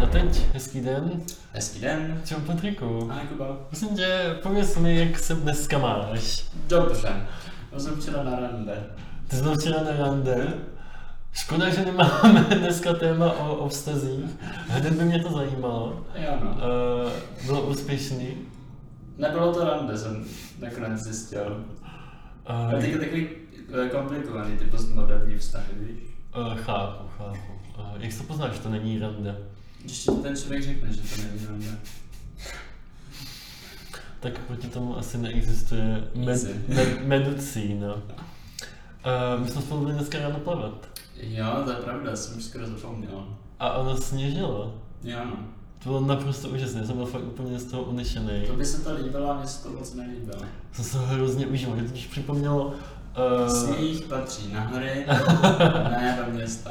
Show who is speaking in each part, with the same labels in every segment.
Speaker 1: No teď, hezký den.
Speaker 2: Hezký den.
Speaker 1: Čau Patriku.
Speaker 2: Ahoj Kuba.
Speaker 1: Prosím tě, pověz mi, jak se dneska máš.
Speaker 2: Dobře. Byl jsem včera na rande.
Speaker 1: Ty jsi byl včera na rande. Škoda, že nemáme dneska téma o, o vztazích. Hned by mě to zajímalo.
Speaker 2: Jo no.
Speaker 1: Uh, bylo úspěšný.
Speaker 2: Nebylo to rande, jsem nakonec zjistil. A
Speaker 1: Uh,
Speaker 2: ty takový eh, komplikovaný, ty postmoderní vztahy, víš?
Speaker 1: uh, chápu, chápu. Uh, jak to poznáš, to není rande.
Speaker 2: Ještě ti ten člověk řekne, že to není rande.
Speaker 1: Tak proti tomu asi neexistuje med,
Speaker 2: Easy.
Speaker 1: med, medicína. Uh, my jsme spolu byli dneska ráno plavat.
Speaker 2: Jo, to je pravda, jsem už skoro zapomněl.
Speaker 1: A ono sněžilo.
Speaker 2: Jo no.
Speaker 1: To bylo naprosto úžasné, jsem byl fakt úplně z toho unešený.
Speaker 2: To by se to líbilo, a mně se to moc nelíbilo.
Speaker 1: To se hrozně užívá, mě to totiž připomnělo... Uh,
Speaker 2: Sníh patří na hory, ne do města.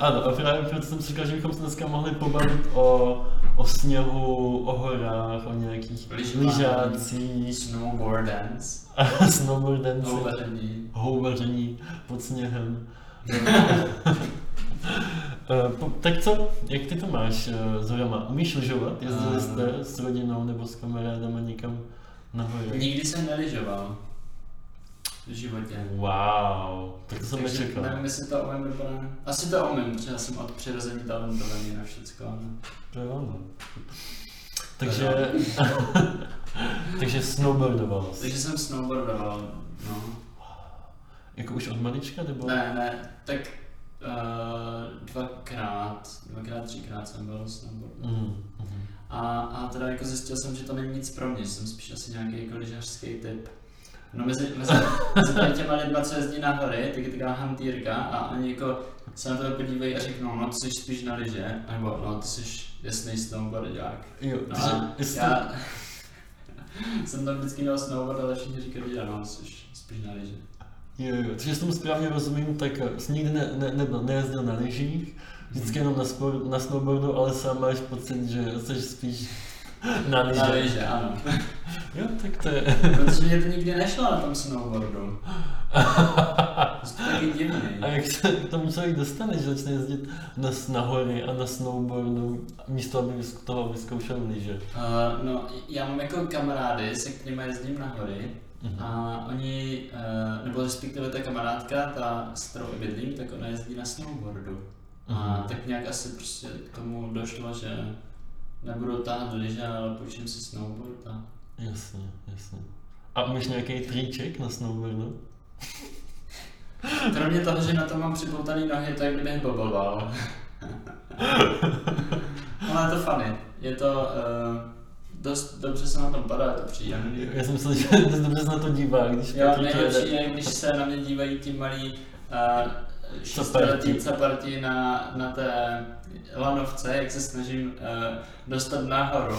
Speaker 1: ano, a právě proto jsem si říkal, že bychom se dneska mohli pobavit o, o sněhu, o horách, o nějakých
Speaker 2: Lyžování.
Speaker 1: lyžácích,
Speaker 2: Snowboard dance,
Speaker 1: snowboardanci,
Speaker 2: houbaření.
Speaker 1: houbaření pod sněhem. Eh, po- tak co, jak ty to máš eh, s horama? Umíš lyžovat? Jezdili
Speaker 2: Eh.
Speaker 1: jste s rodinou nebo s kamarádama někam na hory?
Speaker 2: Nikdy jsem neližoval. V životě.
Speaker 1: Wow, tak to jsem
Speaker 2: Takže
Speaker 1: nečekal.
Speaker 2: Nevím, jestli to umím nebo ne. Asi to umím, protože já jsem od přirození talentovaný na všecko. ale-
Speaker 1: To je ono. Takže, takže snowboardoval jsi.
Speaker 2: Takže jsem snowboardoval, no.
Speaker 1: Jako už od malička, nebo?
Speaker 2: Ne, ne, tak uh, dvakrát, dvakrát, třikrát jsem byl snowboard.
Speaker 1: Mm, mhm.
Speaker 2: A, a teda jako zjistil jsem, že to není nic pro mě, že jsem spíš asi nějaký jako lyžařský typ. No mezi, mezi, mezi tady těma lidma, co jezdí na hory, tak je taková hantýrka a oni jako se na to podívají a řeknou, no ty jsi spíš na lyže, nebo no ty jsi jasný snowboardák.
Speaker 1: Jo,
Speaker 2: No
Speaker 1: takže
Speaker 2: a
Speaker 1: jestli-
Speaker 2: já jsem tam vždycky měl snowboard, ale všichni říkali, že ano, jsi spíš na lyže.
Speaker 1: jo, jo, takže tomu správně rozumím, tak eh, jsi nikdy ne, ne, nebyl, nejezdil na lyžích,
Speaker 2: Mhm.
Speaker 1: vždycky jenom na, spor, na snowboardu, ale sám máš pocit, že jsi spíš na
Speaker 2: Na
Speaker 1: lyžích.
Speaker 2: lyže, ano.
Speaker 1: Jo, tak to je.
Speaker 2: Protože mě to nikdy nešlo na tom snowboardu. To je taky divný.
Speaker 1: A jak se k tomu člověk dostane, že začne jezdit na, na hory a na snowboardu, místo aby vysk- toho vyzkoušel lyže?
Speaker 2: Uh, no, já mám jako kamarády, se kterými jezdím na hory
Speaker 1: Mhm.
Speaker 2: a oni, uh, nebo respektive ta kamarádka, ta, s kterou bydlím, tak ona jezdí na snowboardu. A
Speaker 1: Mhm.
Speaker 2: tak nějak asi prostě k tomu došlo, že nebudu táhat lyže, ale půjčím si snowboard a
Speaker 1: Jasně, jasně. A umíš nějaký triček na snowboardu?
Speaker 2: Kromě toho, že na to mám připoutaný nohy, tak kdybych boboval. Ale je to funny. Je to... Uh, dost dobře se na tom padá, je to příjemný.
Speaker 1: Já jsem myslel, že dost dobře se na to dívá, když
Speaker 2: Jo,
Speaker 1: Petr to
Speaker 2: nejlepší
Speaker 1: jede.
Speaker 2: je, když se na mě dívají ti malí uh,
Speaker 1: Caparti.
Speaker 2: šestiletí caparti na, na té lanovce, jak se snažím uh, dostat nahoru.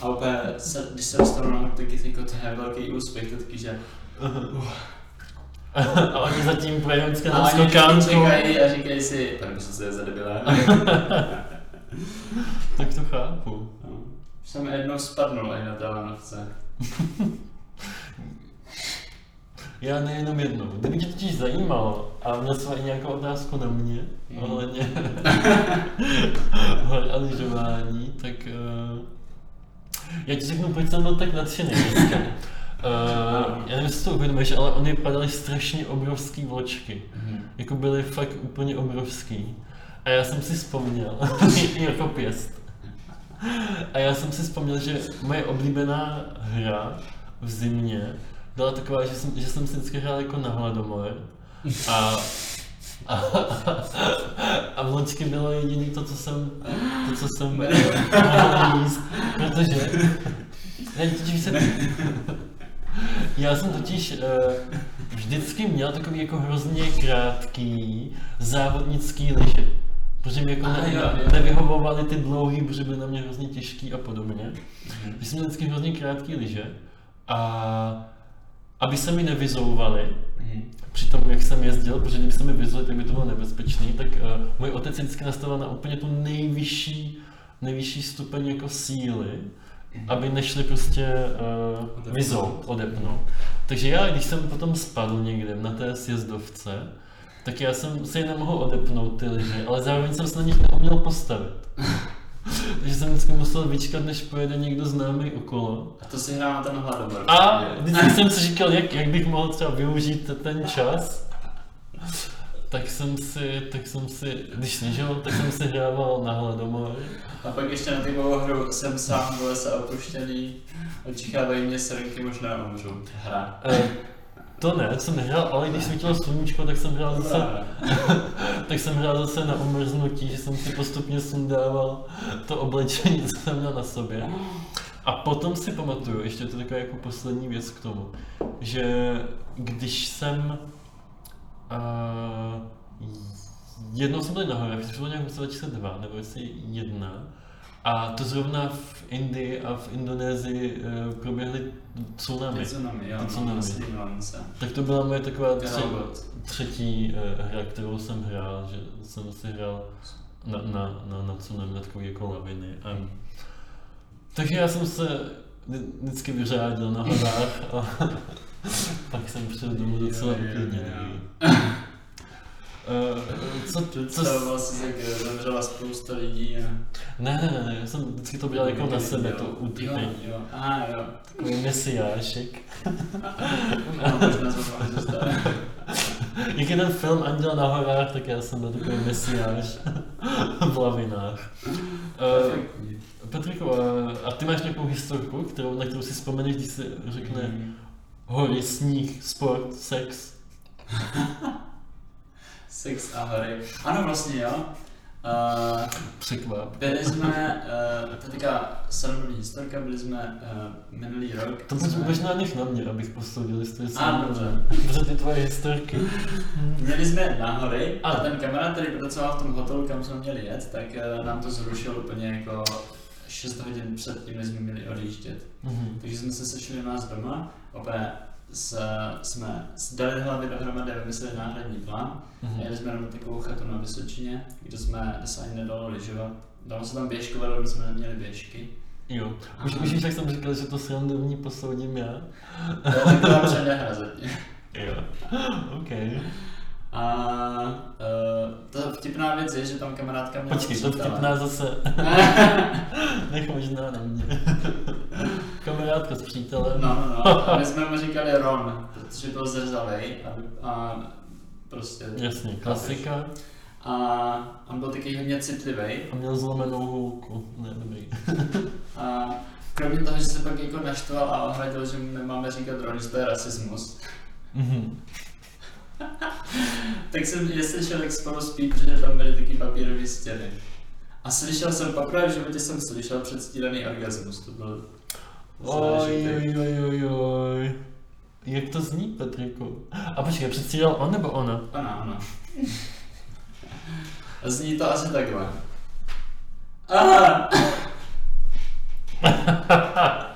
Speaker 2: A úplně, se, když se dostanu nahoru, tak je to jako, to je velký úspěch, to taky, že
Speaker 1: A oni zatím pojedoucky
Speaker 2: A
Speaker 1: na
Speaker 2: oni vždycky
Speaker 1: skokánku.
Speaker 2: čekají a říkají si, pane, myslím si, je za debila.
Speaker 1: Tak to chápu.
Speaker 2: No. Už jsem jednou spadnul i na té lanovce.
Speaker 1: Já nejenom jednou. Kdyby tě totiž zajímalo a měl jsi i nějakou otázku na mě,
Speaker 2: Mm.
Speaker 1: ohledně hor a lyžování, tak eh, já ti řeknu, proč jsem byl tak nadšený dneska. Eh, já nevím, jestli to uvědomuješ, ale oni padaly strašně obrovský vločky. Jako byly fakt úplně obrovský. A já jsem si vzpomněl, jako pěst. A já jsem si vzpomněl, že moje oblíbená hra v zimě byla taková, že jsem, že jsem si vždycky hrál jako na hladomor. A, a, a v loňsky bylo jediný to, co jsem, to, co jsem eh, mohl jíst, protože já totiž jsem, já jsem totiž eh, vždycky měl takový jako hrozně krátký závodnický lyže. Protože mi jako
Speaker 2: Aha,
Speaker 1: ne,
Speaker 2: jo,
Speaker 1: ne,
Speaker 2: jo.
Speaker 1: nevyhovovaly ty dlouhý, protože byly na mě hrozně těžký a podobně.
Speaker 2: Mhm.
Speaker 1: Když jsem měl vždycky hrozně krátký lyže a aby se mi nevyzouvaly, při tom, jak jsem jezdil, protože kdyby se mi vyzli, tak by to bylo nebezpečný, tak uh, můj otec si vždycky nastavil na úplně tu nejvyšší, nejvyšší stupeň jako síly, aby nešli prostě uh,
Speaker 2: Odepnout.
Speaker 1: vyzout, odepnout. Takže já, když jsem potom spadl někde na té sjezdovce, tak já jsem si je nemohl odepnout ty lyže, ale zároveň jsem se na nich neuměl postavit. takže jsem vždycky musel vyčkat, než pojede někdo známý okolo.
Speaker 2: A to si hrál na ten hladomor.
Speaker 1: A vždycky jsem si říkal, jak, jak bych mohl třeba využít ten čas. Tak jsem si, tak jsem si, když sněžilo, tak jsem si hrával na hladomor.
Speaker 2: A pak ještě na typovou hru jsem sám v lese opuštěný, očekávají mě srnky, možná umřu. Hra.
Speaker 1: Eh, To ne, to jsem nehrál, ale když svítilo sluníčko, tak jsem hrál zase, tak jsem hrál zase na umrznutí, že jsem si postupně sundával to oblečení, co jsem měl na sobě. A potom si pamatuju, ještě to je taková jako poslední věc k tomu, že když jsem uh, jednou jsem byl nahoře, přišlo nějak v roce 2002 nebo 2001, a to zrovna v Indii a v Indonésii eh, proběhly tsunami.
Speaker 2: Tsunami, jo, no,
Speaker 1: Tsunami.
Speaker 2: Tsunami.
Speaker 1: Tak to byla moje taková tři,
Speaker 2: Galabot.
Speaker 1: třetí eh, hra, kterou jsem hrál, že jsem si hrál na, na, na, na tsunami, na takový jako laviny. A... Takže já jsem se vždy- vždycky vyřádil na horách a pak jsem přišel domů docela uklidněný. Eh, Co, co,
Speaker 2: Představoval si, jak zemřela spousta lidí a...
Speaker 1: ne, ne, ne, ne, já jsem vždycky to bral jako na sebe, to utrpení.
Speaker 2: Jo, jo, aha, jo.
Speaker 1: Takový mesiášek.
Speaker 2: No, možná jsme mohli zůstat.
Speaker 1: Jak je ten film Anděl na horách, tak já jsem byl takový mesiáš v lavinách. Uh,
Speaker 2: Perfektní.
Speaker 1: Patriku, eh, a ty máš nějakou historku, kterou, na kterou si vzpomeneš, když se
Speaker 2: Hmm.
Speaker 1: řekne hory, sníh, sport, sex?
Speaker 2: Sex a hory. Ano, vlastně jo. Uh,
Speaker 1: Překvap.
Speaker 2: byli jsme, uh, to teďka srandovní historka, byli jsme uh, minulý rok.
Speaker 1: To
Speaker 2: jsme-
Speaker 1: buď možná nech na mě, abych posoudil, jestli jsem
Speaker 2: A, dobře.
Speaker 1: Protože ty tvoje historky.
Speaker 2: Měli jsme nahory a
Speaker 1: Ano.
Speaker 2: ten kamarád, který pracoval v tom hotelu, kam jsme měli jet, tak eh, nám to zrušil úplně jako 6 hodin před tím, než jsme měli odjíždět.
Speaker 1: Mhm.
Speaker 2: Takže jsme se sešli u nás doma, opět s, jsme dali hlavy dohromady a vymysleli náhradní plán.
Speaker 1: Mhm.
Speaker 2: Jeli jsme na takovou chatu na Vysočině, kde jsme se ani nedalo lyžovat. Dalo se tam běžkovat, ale my jsme neměli běžky.
Speaker 1: Jo. Už, už víš, jak jsem říkal, že to srandovní posoudím já?
Speaker 2: To je taková předehra zatím.
Speaker 1: Jo. OK.
Speaker 2: A uh, ta vtipná věc je, že tam kamarádka měla
Speaker 1: Počkej, to
Speaker 2: přítele.
Speaker 1: vtipná zase. Nech možná na mě. Kamarádka s přítelem.
Speaker 2: No, no, no. A my jsme mu říkali Ron, protože byl zrzavej a, a prostě.
Speaker 1: Jasně, klasika.
Speaker 2: A on byl taky hodně citlivý.
Speaker 1: A měl zlomenou hůlku. Ne, dobrý.
Speaker 2: A kromě toho, že se pak jako naštval a ohradil, že mu nemáme říkat Ron, že to je rasismus,
Speaker 1: Mhm.
Speaker 2: tak jsem je slyšel, jak spolu spí, protože tam byly taky papírové stěny. A slyšel jsem, poprvé v životě jsem slyšel předstíraný orgasmus, to byl
Speaker 1: Oj,
Speaker 2: zážitek.
Speaker 1: oj, oj, oj, oj. Jak to zní, Patriku? A počkej, předstíral on nebo ona?
Speaker 2: Ano, ano. no. Zní to asi takhle. A!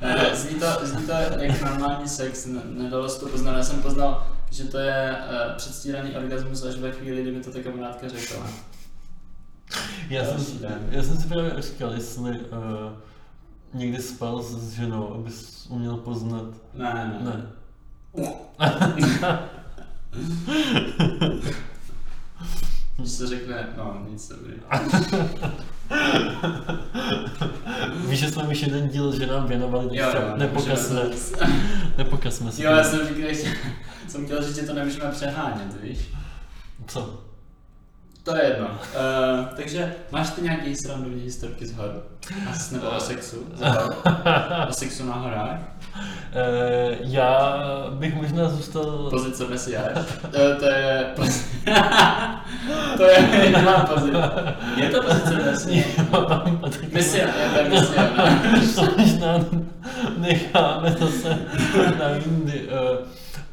Speaker 2: Ne, ne, zní to, zní to jak normální sex, ne- nedalo se to poznat. Já jsem poznal, že to je uh, předstíraný orgasmus až ve chvíli, kdy mi to ta kamarádka řekla.
Speaker 1: Já jsem,
Speaker 2: Další den.
Speaker 1: já jsem si právě říkal, jestli uh, někdy spal s s ženou, abys uměl poznat.
Speaker 2: Ne, ne, ne.
Speaker 1: Ne.
Speaker 2: Když se řekne, no nic dobrý.
Speaker 1: Víš, že jsme už jeden díl ženám věnovali, tak
Speaker 2: Jo, jo,
Speaker 1: se nepokazme,
Speaker 2: můžeme to-
Speaker 1: nepokazme si.
Speaker 2: Jo, já
Speaker 1: to.
Speaker 2: jsem říkal, že jsem chtěl říct, že to nemůžeme přehánět, víš?
Speaker 1: Co?
Speaker 2: To je jedno. Uh, takže máš ty nějaký srandovní historky z hor? As, nebo o sexu? Z hor? o sexu na horách?
Speaker 1: Eh, já bych možná zůstal...
Speaker 2: Pozice mesiáš? To, to je... to je jedna pozice. Je to pozice mesiáš? Mesiáš, je to je mesiáš.
Speaker 1: to možná necháme zase na jindy. Uh,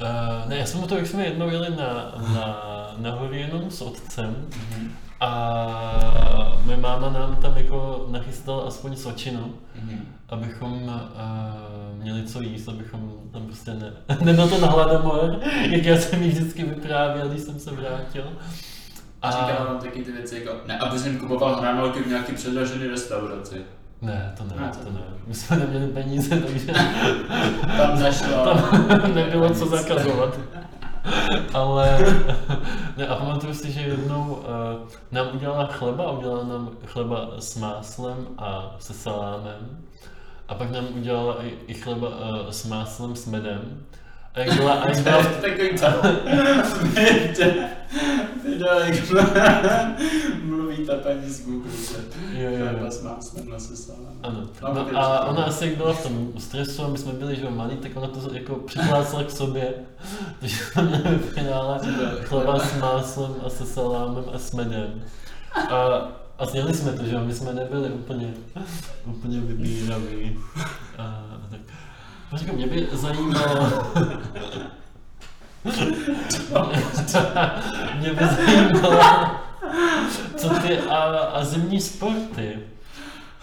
Speaker 1: uh, ne, já jsem to, jak jsme jednou jeli na, na, na horu jenom s otcem a moje máma nám tam jako nachystala aspoň sočinu,
Speaker 2: Mhm.
Speaker 1: abychom uh, měli co jíst, abychom tam prostě ne, nebyl to na hladomor, jak já jsem ji vždycky vyprávěl, když jsem se vrátil.
Speaker 2: A říkala vám taky ty věci jako, ne, aby jsem kupoval hranolky v nějaký předražený restauraci.
Speaker 1: Ne, to ne,
Speaker 2: Ne,
Speaker 1: to
Speaker 2: to
Speaker 1: ne. My jsme neměli peníze, takže
Speaker 2: Tam zašlo.
Speaker 1: tam nebylo co zakazovat. Ale ne, a pamatuju si, že jednou uh, nám udělala chleba, udělala nám chleba s máslem a se salámem. A pak nám udělala i, i chleba uh, s máslem s medem. A jak byla, a jak byla,
Speaker 2: takový Teda, jak mluví ta paní z Google, že
Speaker 1: jo, jo, jo.
Speaker 2: chleba s máslem nasesala.
Speaker 1: Ano. No, a ona asi jak byla v tom stresu a my jsme byli, že jo, malí, tak ona to jako připlácla k sobě. Takže jsme měli v finále chleba s máslem a se salámem a s medem. A, a sněli jsme to, že jo, my jsme nebyli úplně, úplně vybíraví. A, a tak. A Říkám, mě by zajímalo... mě by zajímalo, co ty a, a zimní sporty.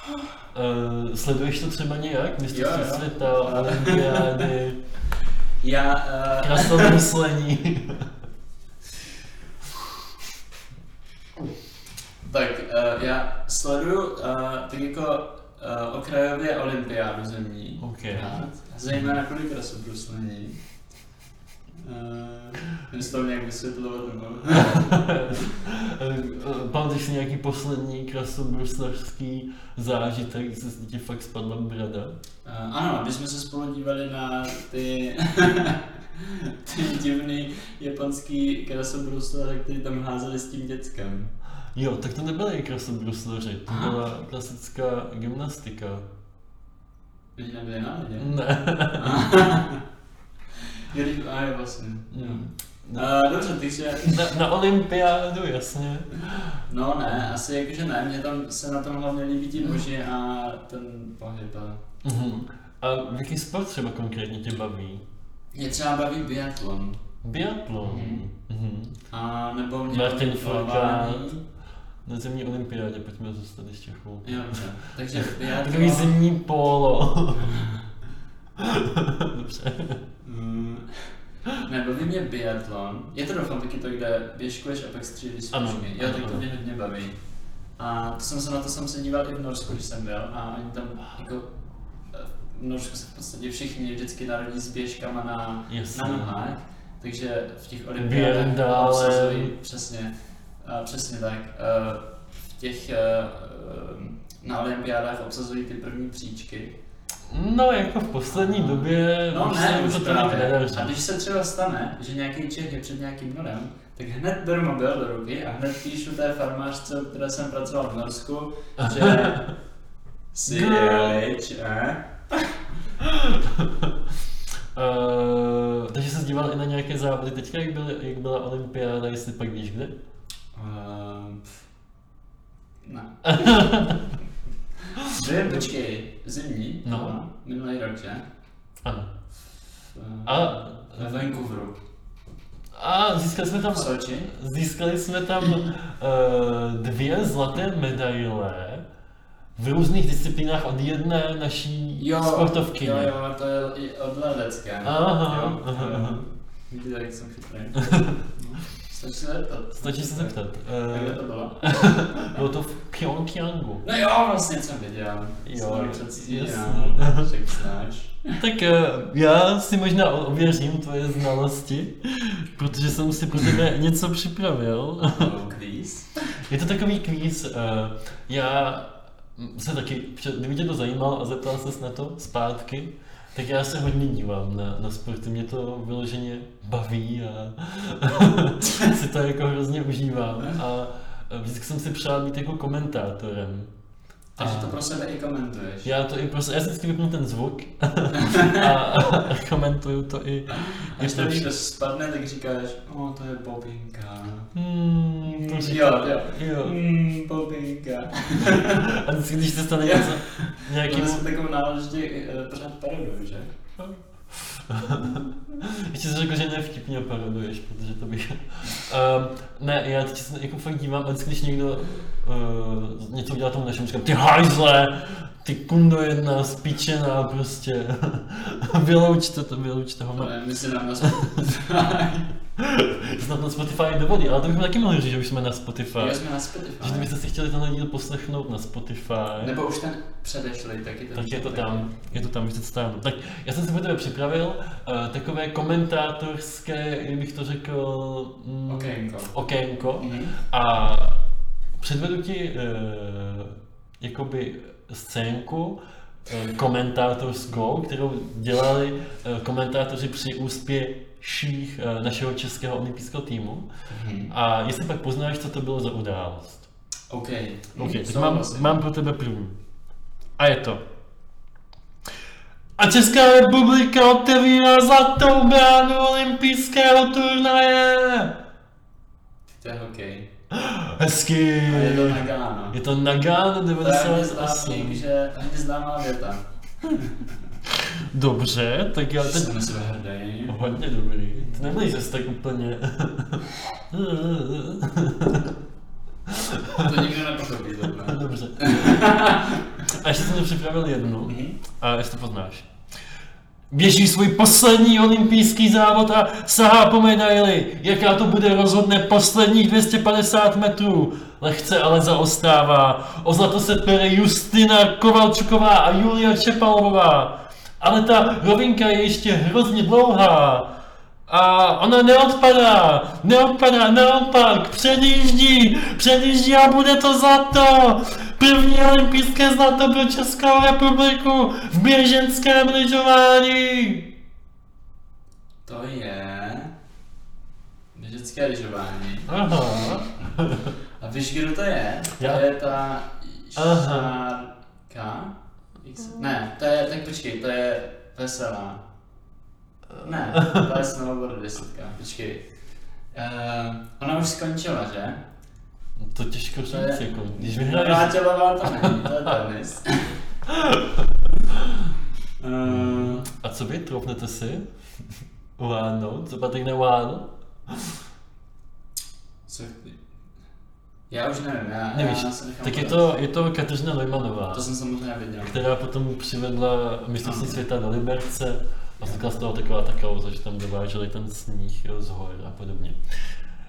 Speaker 1: Uh, sleduješ to třeba nějak? Mistrovství
Speaker 2: Jo, jo.
Speaker 1: světa, olympiády,
Speaker 2: Já, eh,
Speaker 1: krasobruslení.
Speaker 2: tak eh, já sleduju eh, tak jako eh, okrajově olympiádu zemní.
Speaker 1: OK.
Speaker 2: Rád. Zejména kvůli krasobruslení. Uh, to nějak vysvětlovat nebo...
Speaker 1: Eh, Pamatuješ si nějaký poslední krasobruslařský zážitek, kdy se ti fakt spadla brada?
Speaker 2: Eh, ano, když jsme se spolu dívali na ty, ty divný japonský krasobruslaře, který tam házeli s tím dětskem.
Speaker 1: Jo, tak to nebyly krasobruslaři, to byla klasická gymnastika.
Speaker 2: Lidi nebyli na ledě.
Speaker 1: Ne.
Speaker 2: Jo, když- A jo, vlastně. Jo.
Speaker 1: Mm.
Speaker 2: Eh, dobře, takže...
Speaker 1: Na, na olympiádu, jasně.
Speaker 2: No ne, asi jakože ne, mě tam se na tom hlavně líbí ti muži a ten pohyb. a-
Speaker 1: Mhm. A v jaký sport třeba konkrétně tě baví?
Speaker 2: Mě třeba baví biatlon.
Speaker 1: Biatlon.
Speaker 2: Mhm.
Speaker 1: Mhm.
Speaker 2: A nebo mě
Speaker 1: Martin
Speaker 2: baví
Speaker 1: Furkát.
Speaker 2: plavání.
Speaker 1: Na zimní olympiádě, pojďme zůstat ještě chvilku.
Speaker 2: Jo, dobře. Takže
Speaker 1: Takový
Speaker 2: biatlon.
Speaker 1: zimní polo. Dobře.
Speaker 2: Mm, Ne, baví mě biatlon. Je to doufám taky to, kde běžkuješ a pak střílíš z
Speaker 1: Ano,
Speaker 2: pušky. Jo, tak to
Speaker 1: ano.
Speaker 2: mě hodně baví. A to jsem se na to jsem se díval i v Norsku, když jsem byl. A oni tam jako eh, v Norsku se v podstatě všichni vždycky narodí s běžkama na,
Speaker 1: Jasně.
Speaker 2: na nohách. Takže v těch olympiádách
Speaker 1: Běndálem.
Speaker 2: obsazují- přesně, a přesně tak. eh, V těch eh, eh, na olympiádách obsazují ty první příčky.
Speaker 1: No, jako v poslední době
Speaker 2: No ne,
Speaker 1: se
Speaker 2: už
Speaker 1: to tolik
Speaker 2: právě.
Speaker 1: nedaří.
Speaker 2: A když se třeba stane, že nějaký Čech je před nějakým norem, tak hned beru mobil do ruky a hned píšu té farmářce, u které jsem pracoval v Norsku, že si
Speaker 1: Girl.
Speaker 2: jelič, eh?
Speaker 1: Uh, takže se díval i na nějaké závody teďka, jak, byly, jak byla olympiáda, jestli pak víš kde?
Speaker 2: Ehm, pff. Ne. Že, počkej, zimní,
Speaker 1: No.
Speaker 2: ano, minulý rok, že?
Speaker 1: Ano.
Speaker 2: V- eh,
Speaker 1: A,
Speaker 2: Ve Vancouveru.
Speaker 1: a získali jsme tam,
Speaker 2: V Soči?
Speaker 1: získali jsme tam uh, dvě zlaté medaile v různých disciplínách od jedné naší sportovky.
Speaker 2: Jo, jo, to je i od Ledecké.
Speaker 1: Aha,
Speaker 2: Jo,
Speaker 1: aha,
Speaker 2: jo.
Speaker 1: aha.
Speaker 2: Vidíte, jak jsem chytrý. No, Stačí se zeptat.
Speaker 1: Stačí se zeptat.
Speaker 2: Kde
Speaker 1: Uh,
Speaker 2: to bylo?
Speaker 1: bylo to v Pyeongyangu.
Speaker 2: No jo, vlastně jsem věděl.
Speaker 1: Jo,
Speaker 2: Jsem před
Speaker 1: jasně.
Speaker 2: Však znáš.
Speaker 1: Tak eh, já si možná o- ověřím tvoje znalosti, protože jsem si pro tebe něco připravil.
Speaker 2: Hello, Quiz.
Speaker 1: Je to takový kvíz, eh, já se taky, před- kdyby tě to zajímalo a zeptal ses na to zpátky, tak já se hodně dívám na, na sporty, mě to vyloženě baví a si to jako hrozně užívám a eh, vždycky jsem si přál být jako komentátorem.
Speaker 2: Takže
Speaker 1: A-
Speaker 2: to pro sebe i komentuješ.
Speaker 1: já to i prostě, já si vždycky vypnu ten zvuk a, a komentuju to i, i
Speaker 2: Až to
Speaker 1: pro
Speaker 2: někdo spadne, tak říkáš, o, to je bobinka.
Speaker 1: Hmm, to
Speaker 2: Jo,
Speaker 1: říkám.
Speaker 2: jo.
Speaker 1: jo.
Speaker 2: Mm, bobinka.
Speaker 1: A vždycky, když se stane něco,
Speaker 2: Jaký
Speaker 1: nějaký...
Speaker 2: jsme takovou náležitě eh, pořád parodou, že?
Speaker 1: Ještě jsi řekl, že nevtipně paroduješ, protože to bych... Um, ne, já teď se jako fakt dívám, a vždycky, když někdo uh, něco udělá tomu našemu, říkám, ty hajzle, ty kundo jedna, spíčená prostě. vyloučte to, vyloučte ho.
Speaker 2: Ale my si nám na
Speaker 1: Snad na Spotify dovolí, ale to bychom taky mohli říct, že už jsme na Spotify.
Speaker 2: Jo, jsme na
Speaker 1: Že
Speaker 2: Spotify.
Speaker 1: kdybyste si chtěli tenhle díl poslechnout na Spotify,
Speaker 2: Nebo už ten předešlý, tak je to
Speaker 1: tak je to tam, je to tam vždycky tam. Tak já jsem si pro tebe připravil uh, takové komentátorské, jak bych to řekl, mm,
Speaker 2: Okénko.
Speaker 1: okénko.
Speaker 2: Mhm.
Speaker 1: A předvedu ti uh, jakoby scénku eh, komentátorskou, kterou dělali eh, komentátoři při úspěších eh, našeho českého olympijského týmu.
Speaker 2: Mhm.
Speaker 1: A jestli pak poznáš, co to bylo za událost.
Speaker 2: OK. Mhm. vlastně-
Speaker 1: OK, tak mám,
Speaker 2: Souhlasím.
Speaker 1: mám pro tebe první. A je to. A Česká republika otevírá zlatou bránu olympijského turnaje!
Speaker 2: To je hokej.
Speaker 1: Hezky!
Speaker 2: A je to Nagano.
Speaker 1: Je to Nagano
Speaker 2: To je hodně známý,
Speaker 1: 98.
Speaker 2: že hodně známá věta.
Speaker 1: Dobře, tak já
Speaker 2: Že
Speaker 1: teď...
Speaker 2: Jsem na sebe hrdý.
Speaker 1: Hodně dobrý. To nebyl zase tak úplně...
Speaker 2: To nikdo nepochopí, tohle.
Speaker 1: Dobře. A ještě jsem tu připravil jednu.
Speaker 2: Mhm.
Speaker 1: A jestli to poznáš. Běží svůj poslední olympijský závod a sahá po medaili. Jaká to bude rozhodne posledních 250 metrů. Lehce ale zaostává. O zlato se pere Justina Kovalčuková a Julia Čepalová. Ale ta rovinka je ještě hrozně dlouhá. A ona neodpadá, neodpadá, naopak, předjíždí, předjíždí a bude to zlato! První olympijské zlato pro Českou republiku v běženském lyžování!
Speaker 2: To je... Běžecké lyžování.
Speaker 1: Aha.
Speaker 2: A víš, kdo to je? To
Speaker 1: Já.
Speaker 2: je ta
Speaker 1: Aha.
Speaker 2: Šárka? Jak se- Ne, to je, tak počkej, to je veselá. Ne, to je snowboardistka, počkej. Uh, ona už skončila, že?
Speaker 1: No To těžko
Speaker 2: To je-
Speaker 1: říct, jako, když vyhraješ...
Speaker 2: Vrátilová to není, to je tenis. Eh,
Speaker 1: A co vy, troufnete si? Uhádnout? Co Patrik neuhádl?
Speaker 2: co ty? Já už nevím, já,
Speaker 1: Nevíš,
Speaker 2: já se nechám
Speaker 1: tak je
Speaker 2: podat.
Speaker 1: to, je to Kateřina Neumannová.
Speaker 2: To jsem samozřejmě viděl.
Speaker 1: která potom přivedla mistrovství světa do Liberce a vznikla z toho taková ta kauza, že tam dováželi ten sníh jo, z hor a podobně.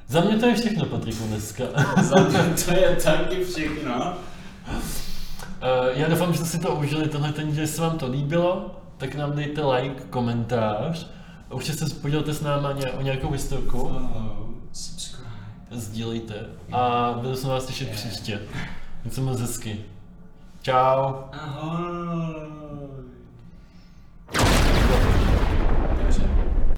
Speaker 1: Za mě to je všechno, Patriku, dneska.
Speaker 2: Za mě to je taky všechno.
Speaker 1: Eh, Já doufám, že jste si to užili, tenhle ten díl, jestli vám to líbilo, tak nám dejte like, komentář. Určitě se podělte s náma ně- o nějakou historku,
Speaker 2: Follow, subscribe.
Speaker 1: sdílejte a budu se na vás těšit příště. Něco moc hezky. Čau.
Speaker 2: Ahoj.